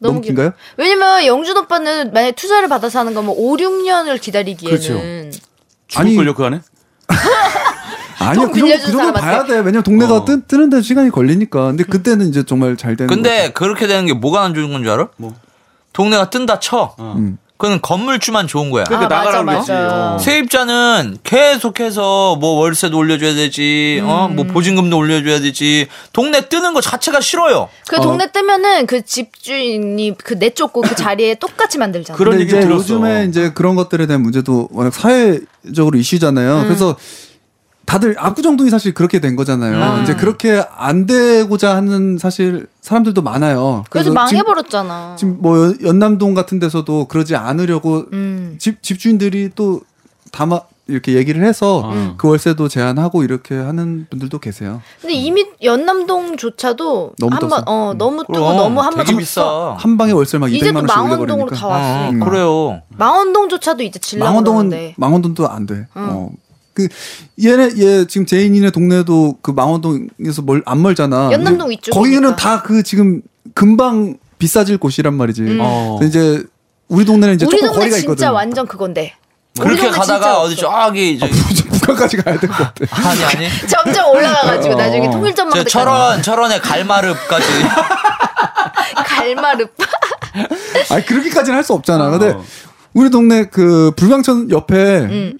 Speaker 4: 너무
Speaker 3: 너무 긴가요?
Speaker 4: 길- 왜냐면 영준 오빠는 만약에 투자를 받아서 하는 거면 5, 6년을
Speaker 3: 그렇죠.
Speaker 4: 기다리기에는
Speaker 3: 아니,
Speaker 2: 죽을 걸요 그 안에?
Speaker 3: 아니요
Speaker 4: 돈
Speaker 3: 그 정도
Speaker 4: 빌려준
Speaker 3: 그 정도 봐야
Speaker 4: 사람한테.
Speaker 3: 돼. 왜냐면 동네가
Speaker 2: 어.
Speaker 3: 뜨, 뜨는데 시간이 걸리니까. 근데 그때는 이제 정말 잘 되는.
Speaker 5: 근데 그렇게 되는 게 뭐가 안 좋은 건 줄 알아?
Speaker 2: 뭐?
Speaker 5: 동네가 뜬다 쳐. 음.
Speaker 2: 어.
Speaker 5: 그건 건물주만 좋은 거야.
Speaker 2: 그러니까
Speaker 4: 아, 맞아,
Speaker 2: 나가라고 그랬지.
Speaker 4: 맞아요.
Speaker 2: 어.
Speaker 5: 세입자는 계속해서 뭐 월세도 올려줘야 되지, 어, 뭐 보증금도 올려줘야 되지. 동네 뜨는 거 자체가 싫어요.
Speaker 4: 그 동네 뜨면은 그 집주인이 그 내쫓고 그 자리에 똑같이 만들잖아.
Speaker 2: 그런
Speaker 3: 근데
Speaker 2: 얘기를
Speaker 3: 이제
Speaker 2: 들었어.
Speaker 3: 요즘에 이제 그런 것들에 대한 문제도 워낙 사회적으로 이슈잖아요.
Speaker 4: 음.
Speaker 3: 그래서 다들 압구정동이 사실 그렇게 된 거잖아요.
Speaker 4: 음.
Speaker 3: 이제 그렇게 안 되고자 하는 사실 사람들도 많아요.
Speaker 4: 그래서
Speaker 3: 그래서 지금-
Speaker 4: 망해버렸잖아.
Speaker 3: 지금 뭐 연- 연남동 같은 데서도 그러지 않으려고
Speaker 4: 음.
Speaker 3: 집 집주인들이 또 담아 이렇게 얘기를 해서
Speaker 2: 음.
Speaker 3: 그 월세도 제한하고 이렇게 하는 분들도 계세요.
Speaker 4: 근데 이미 연남동조차도
Speaker 3: 너무 떴어.
Speaker 4: 한번 어
Speaker 2: 음.
Speaker 4: 너무 뜨고
Speaker 5: 그럼,
Speaker 4: 너무 한번
Speaker 5: 되게
Speaker 4: 졌어.
Speaker 5: 비싸. 어,
Speaker 3: 한 방에 월세 막
Speaker 4: 이제
Speaker 3: 200만
Speaker 4: 또
Speaker 3: 원씩 올려
Speaker 4: 망원동으로
Speaker 3: 버리니까.
Speaker 4: 다 왔으니까.
Speaker 2: 어,
Speaker 3: 음.
Speaker 5: 그래요.
Speaker 4: 망원동조차도 이제 질라
Speaker 3: 망원동은
Speaker 4: 그러는데.
Speaker 3: 망원동도 안 돼. 어. 그 얘네 얘 지금 제인이네 동네도 그 망원동에서 멀 안 멀잖아.
Speaker 4: 연남동
Speaker 3: 근데
Speaker 4: 이쪽이니까.
Speaker 3: 거기는 다 그 지금 금방 비싸질 곳이란 말이지.
Speaker 2: 어.
Speaker 3: 그래서 이제 우리 동네는 이제
Speaker 4: 음. 우리
Speaker 3: 조금
Speaker 4: 동네
Speaker 3: 거리가
Speaker 4: 진짜
Speaker 3: 있거든.
Speaker 4: 완전 그건데. 우리
Speaker 5: 그렇게
Speaker 4: 동네 진짜
Speaker 5: 가다가 어디
Speaker 4: 없어.
Speaker 5: 저기 저기
Speaker 3: 북한까지 가야 될 것 아, 같아.
Speaker 5: 아니 아니
Speaker 4: 점점
Speaker 3: 어.
Speaker 4: 올라가가지고 나중에 통일점망대
Speaker 5: 저 철원 철원의 갈마릅까지
Speaker 4: 갈마르
Speaker 3: 아니 그렇게까지는 할 수 없잖아. 네. 근데
Speaker 2: 어.
Speaker 3: 우리 동네 그 불광천 옆에
Speaker 4: 음.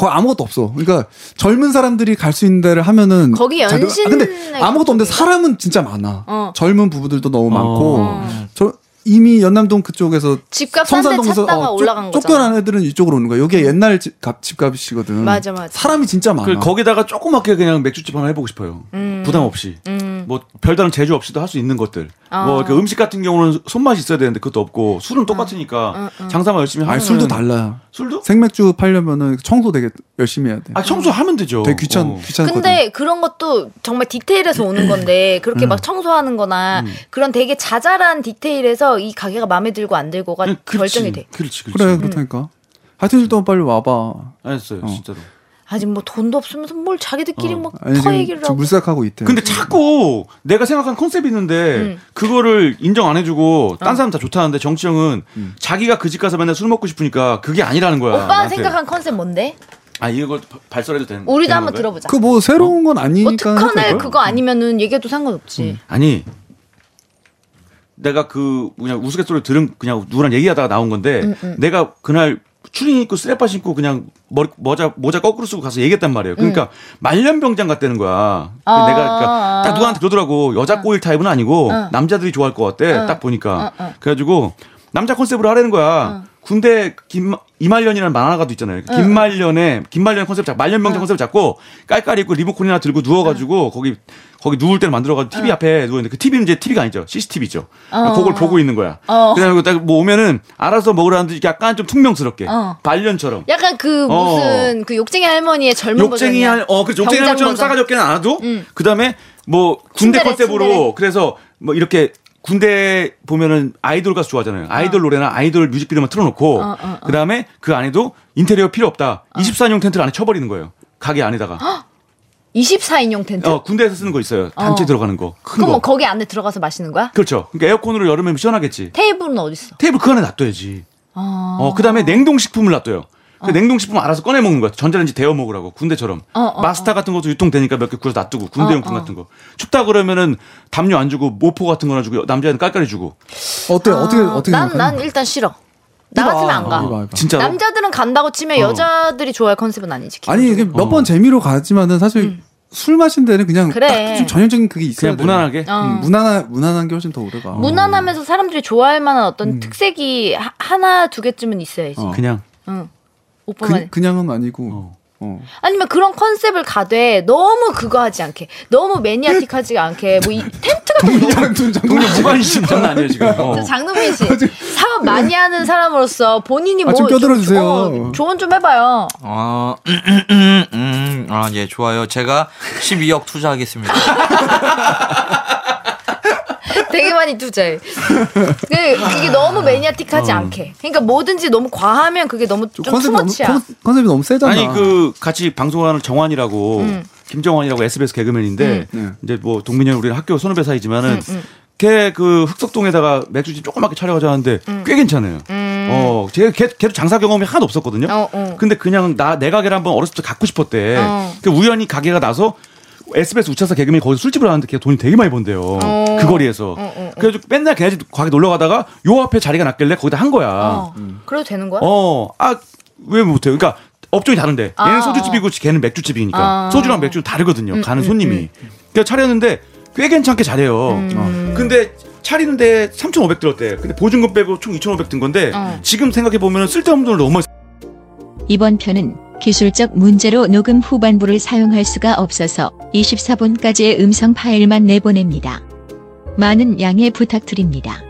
Speaker 3: 거의 아무것도 없어. 그러니까 젊은 사람들이 갈 수 있는 데를 하면은
Speaker 4: 거기
Speaker 3: 자기가-
Speaker 4: 연신의
Speaker 3: 아, 근데 아무것도 없는데 사람은 진짜 많아.
Speaker 4: 어.
Speaker 3: 젊은 부부들도 너무 많고
Speaker 4: 어.
Speaker 3: 저 이미 연남동 그쪽에서
Speaker 4: 집값 싼데 찾다가
Speaker 3: 어,
Speaker 4: 올라간
Speaker 3: 쫓-
Speaker 4: 거잖아. 음.
Speaker 3: 쫓겨난 애들은 이쪽으로 오는 거야. 여기 옛날 집값 집값이거든.
Speaker 4: 맞아, 맞아.
Speaker 3: 사람이 진짜 많아.
Speaker 2: 그 거기다가 조그맣게 그냥 맥주집 하나 해보고 싶어요.
Speaker 4: 음.
Speaker 2: 부담 없이. 뭐 별다른 제주 없이도 할 수 있는 것들.
Speaker 4: 어.
Speaker 2: 뭐 이렇게 음식 같은 경우는 손맛이 있어야 되는데 그것도 없고 술은
Speaker 4: 어,
Speaker 2: 똑같으니까 장사만 열심히 하면
Speaker 3: 아니 술도 달라.
Speaker 2: 술도?
Speaker 3: 생맥주 팔려면은 청소 되게 열심히 해야 돼.
Speaker 2: 아 청소하면 되죠.
Speaker 3: 되게 귀찮
Speaker 2: 어.
Speaker 3: 귀찮거든.
Speaker 4: 근데 그런 것도 정말 디테일에서 오는 건데
Speaker 3: 음.
Speaker 4: 그렇게 막 청소하는거나 그런 되게 자잘한 디테일에서 이 가게가 마음에 들고 안 들고가
Speaker 2: 그냥 그렇지.
Speaker 4: 결정이 돼.
Speaker 2: 그렇지, 그렇지.
Speaker 3: 그래 그렇다니까. 하여튼 일단 빨리 와봐.
Speaker 2: 알았어요, 진짜로.
Speaker 4: 아직 뭐 돈도 없으면서 뭘 자기들끼리
Speaker 3: 어. 아니
Speaker 4: 막터
Speaker 3: 지금,
Speaker 4: 얘기를
Speaker 3: 지금
Speaker 4: 하고.
Speaker 3: 물삭하고 있대.
Speaker 2: 근데 자꾸 내가 생각한 컨셉이 있는데
Speaker 4: 음.
Speaker 2: 그거를 인정 안 해주고
Speaker 4: 어.
Speaker 2: 딴 사람 다 좋다는데 정치형은
Speaker 3: 음.
Speaker 2: 자기가 그 집 가서 맨날 술 먹고 싶으니까 그게 아니라는 거야.
Speaker 4: 오빠
Speaker 2: 나한테.
Speaker 4: 생각한 컨셉 뭔데?
Speaker 2: 아 이거 바- 발설해도 되는.
Speaker 4: 우리도
Speaker 5: 네,
Speaker 2: 되는
Speaker 4: 한번
Speaker 2: 건가요?
Speaker 4: 들어보자.
Speaker 3: 그 뭐 새로운 건
Speaker 4: 뭐
Speaker 3: 아니니까 음.
Speaker 4: 특허네
Speaker 3: 할걸?
Speaker 4: 그거 아니면은 얘기해도 상관없지.
Speaker 2: 아니 내가 그 그냥 우스갯소리 들은 그냥 누구랑 얘기하다가 나온 건데 내가 그날 추린 입고 쓰레빠 신고 그냥 머리 모자 모자 거꾸로 쓰고 가서 얘기했단 말이에요. 그러니까 말년병장 같다는 거야. 그
Speaker 4: 아,
Speaker 2: 내가 그러니까
Speaker 4: 아,
Speaker 2: 딱 누구한테 그러더라고
Speaker 4: 어.
Speaker 2: 여자 꼬일 타입은 아니고 남자들이 좋아할 것 같대. 딱 보니까
Speaker 4: 어,
Speaker 2: 그래가지고 남자 컨셉으로 하라는 거야. 군대 김 이말년이라는 만화가도 있잖아요.
Speaker 4: 어.
Speaker 2: 김말년의 김말년 컨셉 잡 말년병장 컨셉 잡고 깔깔이 입고 리모컨이나 들고
Speaker 4: 어.
Speaker 2: 누워가지고 거기 거기 누울 때를 만들어가지고 TV 앞에 누워 있는데 그 TV는 이제 TV가 아니죠. CCTV죠. 그러니까 그걸 보고 있는 거야.
Speaker 4: 어.
Speaker 2: 그다음에 딱뭐 오면은 알아서 먹으라는데 약간 좀 퉁명스럽게
Speaker 4: 어.
Speaker 2: 발련처럼.
Speaker 4: 약간 그
Speaker 2: 어.
Speaker 4: 무슨 그 욕쟁이 할머니의 젊은
Speaker 2: 욕쟁이
Speaker 4: 버전이야.
Speaker 2: 할, 어, 그 욕쟁이
Speaker 4: 병장
Speaker 2: 할머니처럼
Speaker 4: 버전.
Speaker 2: 싸가지 없게는 안 하도, 그 다음에 뭐 군대
Speaker 4: 친절해,
Speaker 2: 컨셉으로,
Speaker 4: 친절해.
Speaker 2: 그래서 뭐 이렇게 군대 보면은 아이돌 가수 좋아하잖아요. 아이돌 노래나 아이돌 뮤직비디오만 어. 틀어놓고, 그 다음에 그 안에도 인테리어 필요 없다. 24인용 텐트를 안에 쳐버리는 거예요. 가게 안에다가.
Speaker 4: 24인용 텐트.
Speaker 2: 어, 군대에서 쓰는 거 있어요. 단체
Speaker 4: 어.
Speaker 2: 들어가는 거. 큰
Speaker 4: 그럼
Speaker 2: 거.
Speaker 4: 뭐 거기 안에 들어가서 마시는 거야?
Speaker 2: 그렇죠. 그러니까 에어컨으로 여름에 시원하겠지.
Speaker 4: 테이블은 어디 아. 있어?
Speaker 2: 테이블 그 안에 놔둬야지. 어, 그 다음에 냉동식품을 놔둬요. 그 냉동식품 알아서 꺼내 먹는 거야. 전자레인지 데워 먹으라고. 군대처럼. 마스터 같은 것도 유통되니까 몇 개 구워서 놔두고. 군대용품 같은 거. 춥다 그러면은 담요 안 주고 모포 같은 거나 주고 남자애는 깔깔이 주고.
Speaker 3: 어때 어떻게 어떻게
Speaker 4: 그- 아, 난,
Speaker 3: 생각해?
Speaker 4: 난 일단 싫어. 나 같으면 안 가.
Speaker 3: 이봐, 이봐.
Speaker 2: 진짜로. 어.
Speaker 4: 남자들은 간다고 치면 여자들이 좋아할 컨셉은 아니지.
Speaker 3: 아니 몇 번 재미로 가지만은 사실 술 마신 데는 그냥
Speaker 4: 음. 그래.
Speaker 3: 딱 좀 전형적인 그게 있어야
Speaker 2: 그냥 무난하게.
Speaker 4: 어.
Speaker 3: 음, 무난한 무난한 게 훨씬 더 오래 가.
Speaker 4: 무난하면서 사람들이 좋아할 만한 어떤
Speaker 2: 음.
Speaker 4: 특색이 하, 하나 두 개쯤은 있어야지.
Speaker 3: 어.
Speaker 2: 그냥.
Speaker 4: 오빠만.
Speaker 3: 그, 그냥은 아니고. 어.
Speaker 4: 아니면 그런 컨셉을 가되 너무 그거 하지 않게, 너무 매니아틱하지 않게 뭐 이 텐트 같은 거.
Speaker 3: 동장 동장
Speaker 2: 동네 무관심 장난 아니에요, 지금. 어.
Speaker 4: 너무- 장동민 씨 사업 많이 하는 사람으로서 본인이
Speaker 3: 아,
Speaker 4: 뭐
Speaker 3: 좀 껴들어주세요.
Speaker 4: 어, 조언 좀 해봐요.
Speaker 5: 아, 음, 아, 예, 좋아요. 제가 12억 투자하겠습니다.
Speaker 4: 되게 많이 투자해. 근데 이게 너무 매니아틱하지 않게. 그러니까 뭐든지 너무 과하면 그게 너무 좀
Speaker 3: 어. 컨셉이 너무
Speaker 4: 투머치야.
Speaker 3: 컨- 컨셉이 너무 세잖아.
Speaker 2: 아니 그 같이 방송하는 정환이라고 김정환이라고 SBS 개그맨인데
Speaker 3: 음.
Speaker 2: 이제 뭐 동민이 형 우리는 학교 선후배 사이지만은 걔 그 흑석동에다가 맥주집 조그맣게 차려가자 하는데 꽤 괜찮아요. 어, 걔, 걔, 걔도 장사 경험이 하나도 없었거든요.
Speaker 4: 어, 어.
Speaker 2: 근데 그냥 나 내 가게를 한번 어렸을 때 갖고 싶었대.
Speaker 4: 어.
Speaker 2: 그 우연히 가게가 나서 SBS 우차사 개그맨이 거기서 술집을 하는데 걔가 돈이 되게 많이 번대요. 그 거리에서. 그래서 맨날 걔네 집 가게 놀러 가다가 요 앞에 자리가 났길래 거기다 한 거야.
Speaker 3: 아,
Speaker 4: 어.
Speaker 3: 음.
Speaker 4: 그래도 되는 거야?
Speaker 2: 어, 아, 왜 못해요? 그러니까 업종이 다른데.
Speaker 4: 아. 음,
Speaker 2: 얘는 소주집이고 걔는 맥주집이니까. 소주랑 맥주는 다르거든요. 가는 손님이. 그러니까 차렸는데 꽤 괜찮게 잘해요.
Speaker 4: 음.
Speaker 2: 어. 근데 차리는데 3,500 들었대. 근데 보증금 빼고 총 2,500 든 건데
Speaker 4: 어.
Speaker 2: 지금 생각해보면 쓸데없는 돈을 너무 많이
Speaker 6: 이번 편은 기술적 문제로 녹음 후반부를 사용할 수가 없어서 24분까지의 음성 파일만 내보냅니다. 많은 양해 부탁드립니다.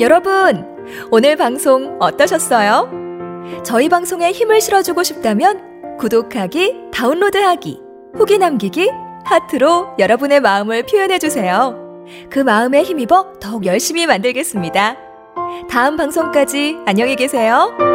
Speaker 7: 여러분, 오늘 방송 어떠셨어요? 저희 방송에 힘을 실어주고 싶다면 구독하기, 다운로드하기, 후기 남기기, 하트로 여러분의 마음을 표현해주세요. 그 마음에 힘입어 더욱 열심히 만들겠습니다. 다음 방송까지 안녕히 계세요.